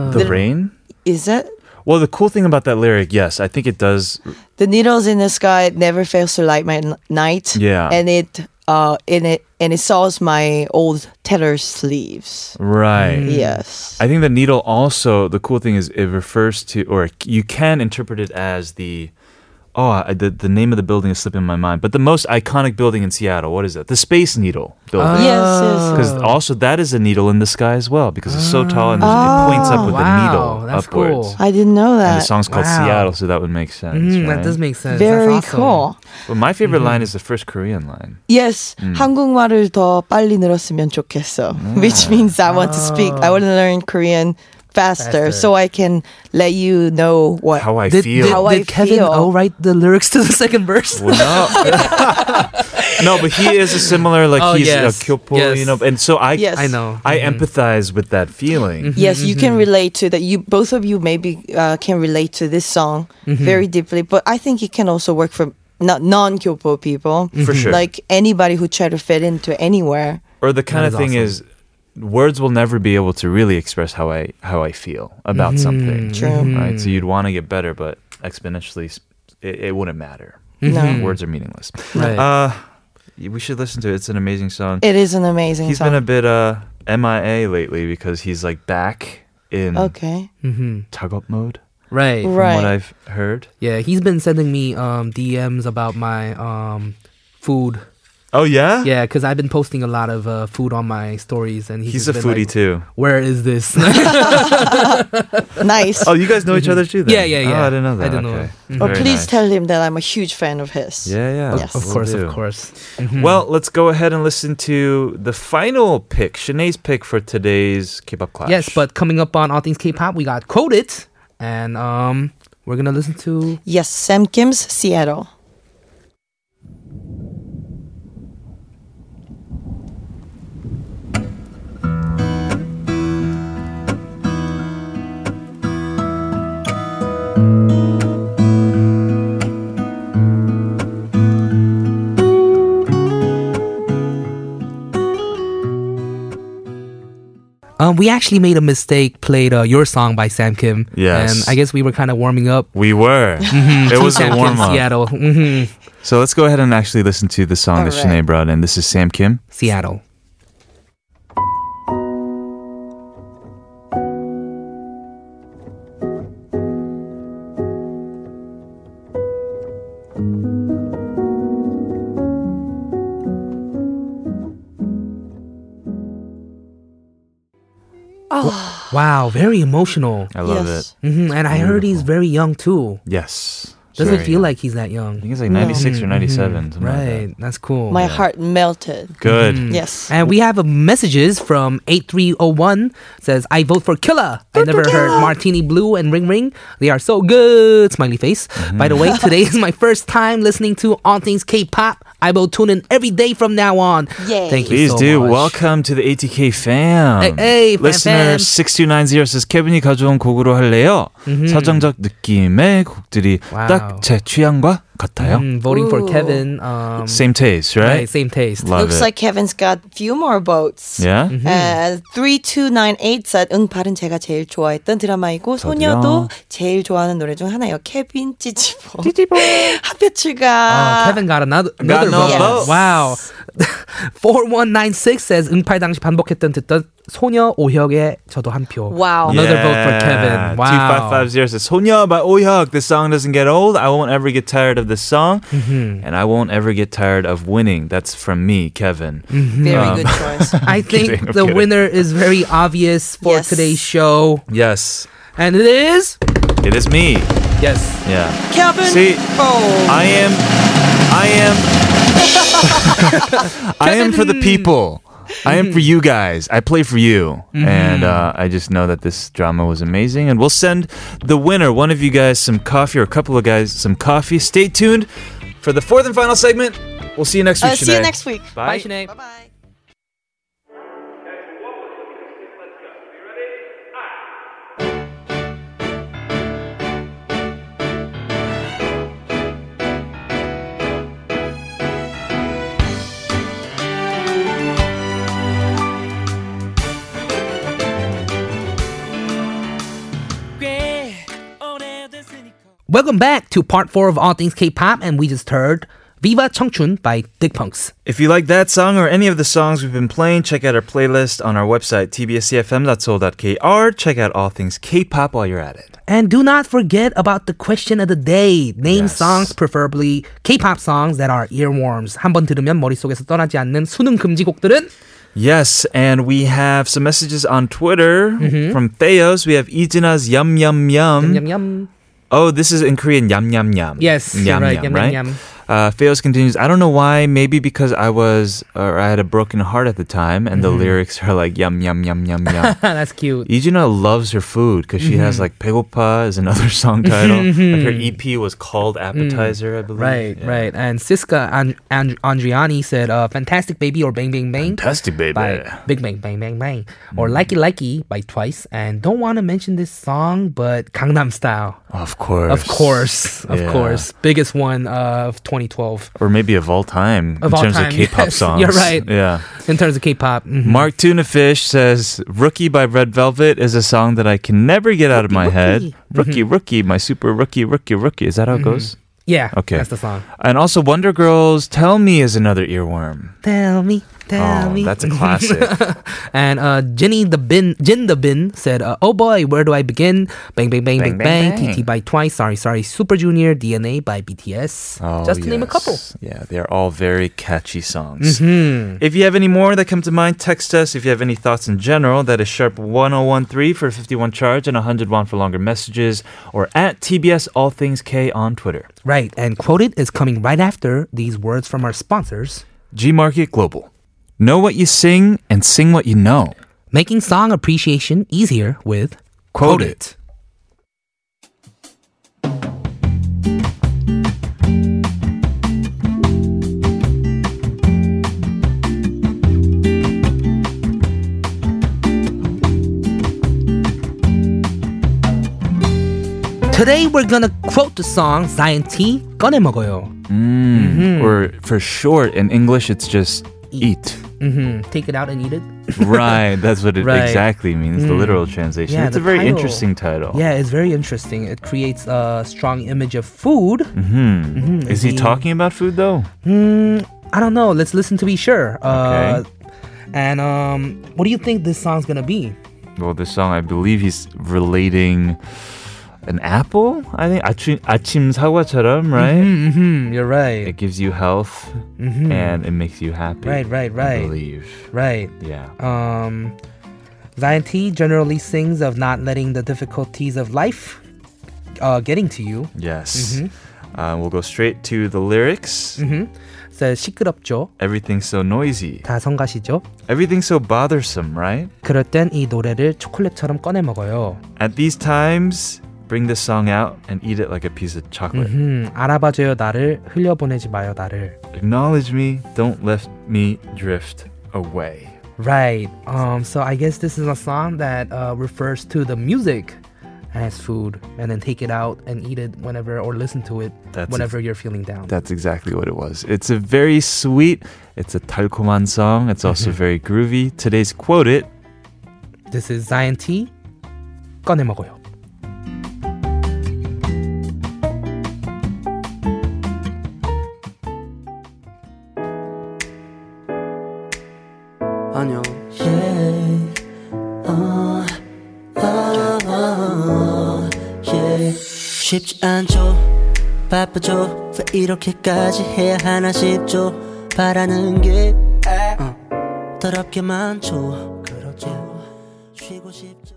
Uh, The rain? Is it? Well, the cool thing about that lyric, yes, I think it does. the needles in the sky it never fails to light my n- night. Yeah. and it uh, in it and it saws my old tattered Mm-hmm. sleeves. Right. Mm. Yes, I think the needle also, the cool thing is it refers to, or you can interpret it as the, oh, I- the, the name of the building is slipping my mind, but the most iconic building in Seattle, what is it? The Space Needle Oh. building. yes, Ah. yes. Because also that is a needle in the sky as well because it's so tall and it points up with Oh. wow, the needle that's upwards. cool. I didn't know And the that. song's called Wow. Seattle, so that would make sense. Mm, right? That does make Mm-hmm. sense. Very That's awesome. cool. But my favorite line is the first Korean line. Yes, Mm. 한국말을 더 빨리 늘었으면 좋겠어. Which means I want to speak. Oh. I want to learn Korean Faster. faster, so I can let you know what. How I Did, feel. did, How I did Kevin feel. O write the lyrics to the second verse? Well, no. no, but he is a similar, like Oh, he's yes. a kyopo, you Yes. Mm-hmm. know. And so I, Yes. I know. I empathize with that feeling. Yes, you can relate to that. You both of you maybe uh, can relate to this song Mm-hmm. very deeply, but I think it can also work for not non Kyopo people, Mm-hmm. For sure. Like anybody who try to fit into anywhere. Or the kind That is of thing awesome. is, words will never be able to really express how I how I feel about Mm-hmm. something. True. Right. So you'd want to get better, but exponentially, s- it, it wouldn't matter. No. Words are meaningless. Mm-hmm. Right. Uh, we should listen to it. It's an amazing song. It is an amazing He's song. been a bit uh MIA lately because he's like back in okay, hmm tug up mode. Right. From Right. what I've heard. Yeah, he's been sending me um, DMs about my um, food. Oh yeah. Yeah, because I've been posting a lot of uh, food on my stories, and he's, He's a just foodie been like, too. Where is this? nice. Oh, you guys know each other too? Then? Yeah, yeah, yeah. Oh, I didn't know that. I didn't know okay. that. or Very please nice. tell him that I'm a huge fan of his. Yeah, yeah. Yes. of will course, do. of course. Mm-hmm. Well, uh, let's go ahead and listen to the final pick, Shanae's pick for today's K-pop class. Yes, but coming up on all things K-pop, we got quoted, and um, we're gonna listen to Yes, Sam Kim's Seattle. Um, we actually made a mistake, played uh, your song by Sam Kim. Yes. And I guess we were kind of warming up. we were. it was Sam a Kim, warm up. Seattle. hmm So let's go ahead and actually listen to the song that Alright. Shanae brought in. This is Sam Kim. Seattle. Wow, very emotional. I love yes. it. hmm And I heard he's very young too. Yes. Doesn't Very feel young. like he's that I young. think it's like 96 or 97. something like that. Right, Mm-hmm. that's cool. My heart melted. Good. Yes. And we have uh, messages from 8301 says, I vote for Killa. I never heard Martini Blue and Ring Ring. They are so good. Smiley face. By the way, today is my first time listening to All Things K pop. I will tune in every day from now on. Yay. Thank you Please so do. much. Welcome to the ATK fam. Hey, hey, fam, listener fam. 6290 says 케빈이 가져온 곡으로 할래요. 서정적 느낌의 곡들이 Mm-hmm. Wow. 딱 제 취향과 같아요. Mm, voting for Ooh. Kevin. Um, Same taste, right? right, same taste. Love Looks it. like Kevin's got few more votes. yeah. Mm-hmm. Uh, 3298 said 은팔은 제가 제일 좋아했던 드라마이고 소녀도 제일 좋아하는 노래 중 하나예요. 케빈 찌찌보. 찌찌보. 아. Oh, 하표출가. Kevin got another, another no vote. votes. Wow. 4196 says 응팔 당시 반복했던 듣던 소녀 오혁의 저도 한 표. Wow. Another vote for Kevin. Wow. 2550 says, Sonya by Oyuk. This song doesn't get old. I won't ever get tired of this song. Mm-hmm. And I won't ever get tired of winning. That's from me, Kevin. Mm-hmm. Very good choice. I think kidding, I'm the kidding. winner is very obvious for Yes. today's show, Yes, and it is it is me. yes. Yeah. Kevin See, 아, Bo. I am. I am. I am for the people. I am for you guys. I play for you. And uh, I just know that this drama was amazing. And we'll send the winner, one of you guys, some coffee or a couple of guys, some coffee. Stay tuned for the fourth and final segment. We'll see you next week. Uh, see you Shanae. next week. Bye, Sinead. Bye. 넌 Welcome back to part four of All Things K-pop, and we just heard "Viva Chungchun" by Dick Punks. If you like that song or any of the songs we've been playing, check out our playlist on our website, tbscfm.soul.kr. Check out all things K pop while you're at it. And do not forget about the question of the day. Name Yes. songs, preferably K-pop songs that are earworms. 한번 들으면 머릿속에서 떠나지 않는 수능 금지곡들은 Yes, and we have some messages on Twitter Mm-hmm. from Theos. We have Ijina's Yum Yum Yum. 냠냠. Oh, this is in Korean, Yum Yum Yum. Yes, you're Yum right, Yum, yum, right? yum, yum. Uh, Theos continues, I don't know why, maybe because I was, or I had a broken heart at the time, and the Mm-hmm. lyrics are like Yum Yum Yum Yum Yum. That's cute. Ijuna loves her food because she Mm-hmm. has like Pegopa is another song title. Like her EP was called Appetizer, I believe. Mm. Right, Yeah. right. And Siska and and Andriani said, uh, "Fantastic Baby" or "Bang Bang Bang." Fantastic baby. by Big Bang Bang Bang Bang Mm-hmm. or Likey Likey by Twice and don't want to mention this song but Gangnam Style Of course. of course of Yeah. course biggest one of 2012 Or maybe of all time Of in all terms time, of K-pop yes. songs. You're right. Yeah. in terms of K-pop mhm. Mark Tunafish says "Rookie" by Red Velvet is a song that I can never get out of my head. Rookie, Mm-hmm. rookie, my super rookie, rookie, rookie. Is that how it goes? yeah Okay. that's the song And also, Wonder Girls "Tell Me" is another earworm. tell me tell oh, me that's a classic. and uh Jenny the Bin Jin the Bin said uh, oh boy where do I begin bang bang bang bang Bang, bang, bang, TT by bang. Twice sorry sorry Super Junior DNA by BTS Oh, just to name a couple yes. Yeah, they are all very catchy songs. Mm-hmm. If you have any more that come to mind, text us. If you have any thoughts in general, that is sharp 1013 for 51 charge and 100 won for longer messages, or at TBS All Things K on Twitter. right and quoted is coming right after these words from our sponsors G Market Global. Know what you sing and sing what you know. making song appreciation easier with Quote it. Today we're gonna quote the song 자이언티 꺼내 먹어요. Hmm. Or for short, in English, it's just eat. hmm Take it out and eat it. right, that's what it Right. Hmm. exactly means, the literal translation. Yeah, it's the a very title. interesting title. Yeah, it's very interesting. It creates a strong image of food. Hmm. Is he talking about food though? I don't know. Let's listen to be sure. Uh, Okay. And um, what do you think this song's gonna be? Well, this song, I believe he's relating an apple. I think 아침 아침 사과처럼, right? Mm-hmm, you're right. It gives you health and it makes you happy. Right, right, I right. believe. Right. Yeah. Um, Zion T generally sings of not letting the difficulties of life uh, getting to you. yes. mm-hmm. Uh, we'll go straight to the lyrics. says 시끄럽죠. Everything's so noisy. 다 성가시죠. Everything's so bothersome, right? 그럴 땐 이 노래를 초콜릿처럼 꺼내 먹어요. At these times, bring this song out and eat it like a piece of chocolate. 음, 알아봐줘요 나를 흘려보내지 마요 나를. Acknowledge me, don't let me drift away. Right. Um. So I guess this is a song that uh, refers to the music as food, and then take it out and eat it whenever or listen to it That's whenever you're feeling down. That's exactly what it was. It's a very sweet, it's a talcoman song. Mm-hmm. It's also very groovy. Today's quote it. This is Zion T. 꺼내 먹어요. 안녕. 아, 쉽지 않죠 바쁘죠 왜 이렇게까지 해야 하나 싶죠 바라는 게 어, 더럽게 많죠 그렇죠 쉬고 싶죠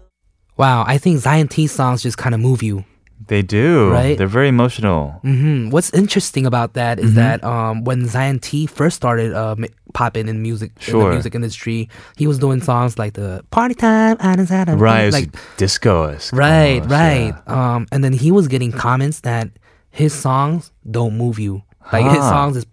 Wow. I think Zion T songs just kind of move you. They do. Right. They're very emotional. Mm, what's interesting about that Mm-hmm. is that um, when Zion T first started uh, ma- popping in music in Sure. the music industry, he was doing songs like the "Party Time," "Adam Adam," Right. it's like disco Oh, right, right. Um, and then he was getting comments that his songs don't move you. Like his Huh. Mm. songs is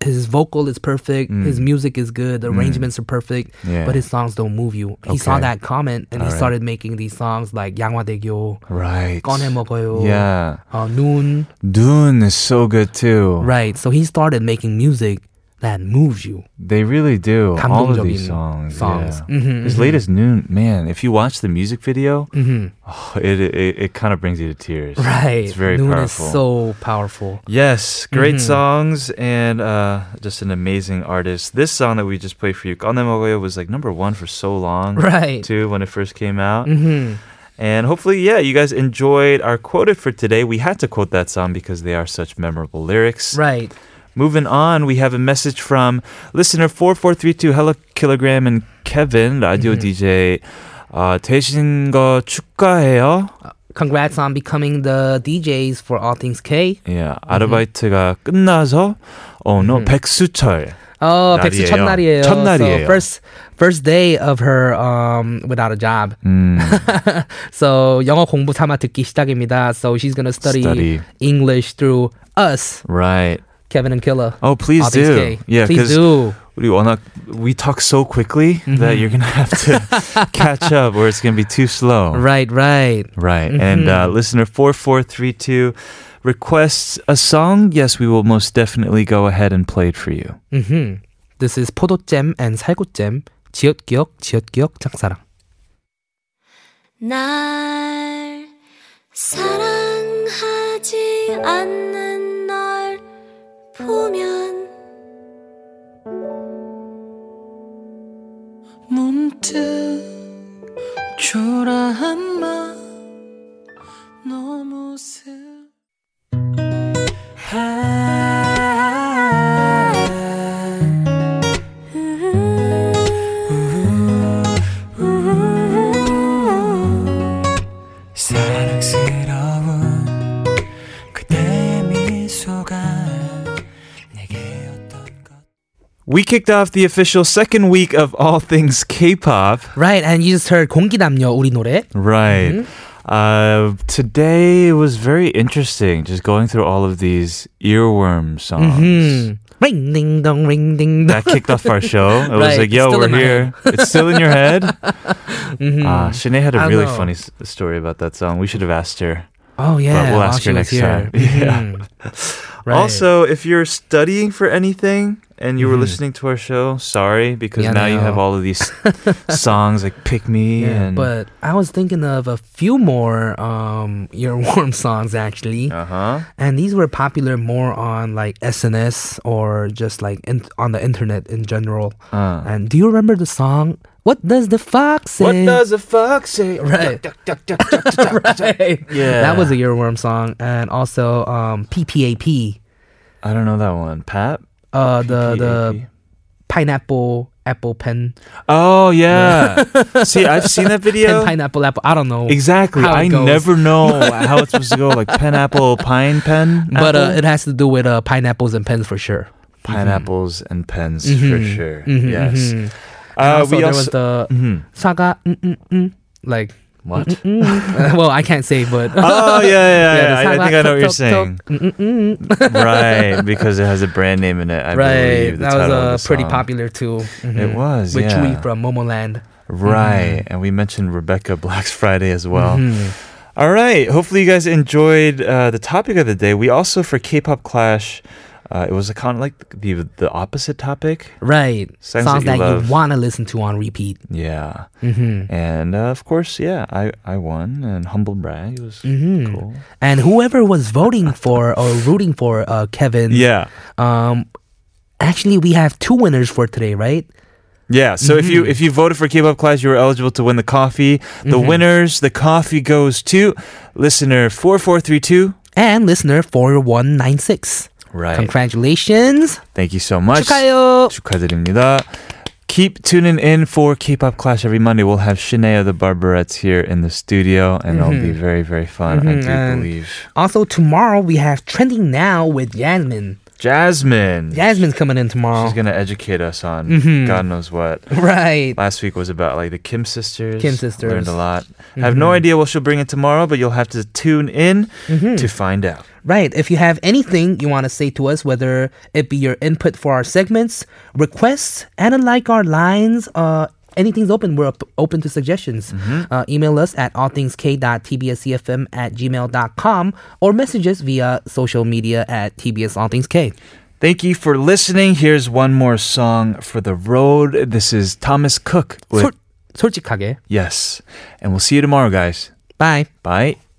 his vocal is perfect, his music is good, the arrangements are perfect, Yeah. but his songs don't move you. He saw Okay. that comment and he Alright. started making these songs like "양화대교," Right. "꺼내 먹어요," Yeah. uh, "눈." Dune is so good too. Right. So he started making music that moves you. They really do. All of these 감동적인 songs. songs. Mm-hmm, Yeah. His latest Noon, man, if you watch the music video, oh, it, it, it kind of brings you to tears. Mm-hmm. Right. It's very Noon powerful. is so powerful. Yes, great Mm-hmm. songs and uh, just an amazing artist. This song that we just played for you, Kanemogoyo, was like number one for so long, Right. Too when it first came out. Mm-hmm. And hopefully, yeah, you guys enjoyed our quoted for today. We had to quote that song because they are such memorable lyrics. Right. Moving on, we have a message from listener 4432 Hello Kilogram and Kevin, radio Mm-hmm. DJ. 아, 되신 거 축하해요. Congrats on becoming the DJs for All Things K. 예, 아르바이트가 끝나서 어, Mm-hmm. no, 백수철. Oh, 백수 날이에요. 첫날이에요. 첫날이에요. So first first day of her um without a job. 음. so 영어 공부 삼아 듣기 시작입니다. So she's gonna study, Study. English through us, Right. Kevin and Killa. Oh, please All Things do. K. Yeah, please 'cause do. Mm-hmm. We wanna we talk so quickly that you're gonna have to catch up, or it's gonna be too slow. Right, right. Right. And uh, mm-hmm. listener 4432 requests a song. Yes, we will most definitely go ahead and play it for you. Mm-hmm. This is 포도잼 and 살구잼. 지읒기억, 지읒기억, 짝사랑. 날 사랑하지 않는 널 보면 문득 초라한 맘 너무 슬 아. 사랑스러운 그대의 미소가 내게 어떤 것 We kicked off the official second week of All Things K-pop. Right, and you just heard 공기남녀 우리 노래. Mm-hmm. Right. Um, Uh, today was very interesting. Just going through all of these earworm songs. Mm-hmm. Ring ding dong, ring ding dong. That kicked off our show. It was Right. like, yo, Still in we're my Hmm. here. It's still in your head. Mm-hmm. uh, Shanae had a I really know. funny s- story about that song. We should have asked her. Oh yeah, we'll while ask she her was next time. Yeah. Mhm. Right. Also, if you're studying for anything and you were listening to our show, sorry, because Hmm. Yeah, now you no. have all of these songs like Pick Me and. but I was thinking of a few more um earworm songs actually, uh huh. and these were popular more on like SNS or just like in- on the internet in general. Uh. And do you remember the song? What does the fox say? What does a fox say? Right. right. Yeah. That was a earworm song, and also um, PPAP, I don't know that one. Pat? uh, the the PAP? pineapple apple pen Oh yeah. See, I've seen that video. pen pineapple apple. I don't know exactly. how it I goes. never know how it's supposed to go. Like pineapple, pine, pen. but uh, apple? it has to do with uh, pineapples and pens for sure. pineapples and pens for Mm-hmm. sure. yes. And Uh, also, we there also Mm-hmm. was the saga, mm, mm, mm, like. what? mm, well, I can't say, but uh, mm, Oh yeah, yeah, Yeah, yeah. the I, I saga, think I know what you're tok, tok, saying. right, because it has a brand name in it. I right, believe the that was title uh, of the pretty song. popular too. Mm-hmm. It was, With yeah. Chewy from Momoland. Right. And we mentioned Rebecca Black's Friday as well. Mm-hmm. All right. Hopefully, you guys enjoyed uh, the topic of the day. We also, for K pop Clash, uh, it was a kind of like the, the opposite topic. Right, Songs songs that that you you, love. wanna listen to on repeat. Yeah. Mhm. And uh, of course, yeah, I, I won and humble brag. It was Mm-hmm. cool. And whoever was voting for or rooting for uh, Kevin, Yeah. Um, actually, we have two winners for today, right? Yeah, so if Mm-hmm. you if you voted for K-pop class, you were eligible to win the coffee. The winners, the coffee goes to listener four four three two. And listener four one nine six. Right. Congratulations. Thank you so much. 축하해요. 축하드립니다. Keep tuning in for K-pop Clash every Monday. We'll have Shania the Barberettes here in the studio, and it'll be very, very fun. I do Mm-hmm. and- believe. Also, tomorrow we have Trending Now with Yasmin. Jasmine, Yasmin's coming in tomorrow. she's gonna educate us on Mm-hmm. God knows what. right. Last week was about like the Kim sisters. Kim sisters. Mm-hmm. learned a lot. I have no idea what she'll bring in tomorrow, but you'll have to tune in to find out. Right. If you have anything you want to say to us, whether it be your input for our segments, requests, and unlike our lines, uh, anything's open. We're op- open to suggestions. Uh, email us at allthingsk.tbscfm at gmail.com or message us via social media at tbsallthingsk. Thank you for listening. Here's one more song for the road. This is Thomas Cook. with- 솔, 솔직하게. yes. And we'll see you tomorrow, guys. Bye. Bye.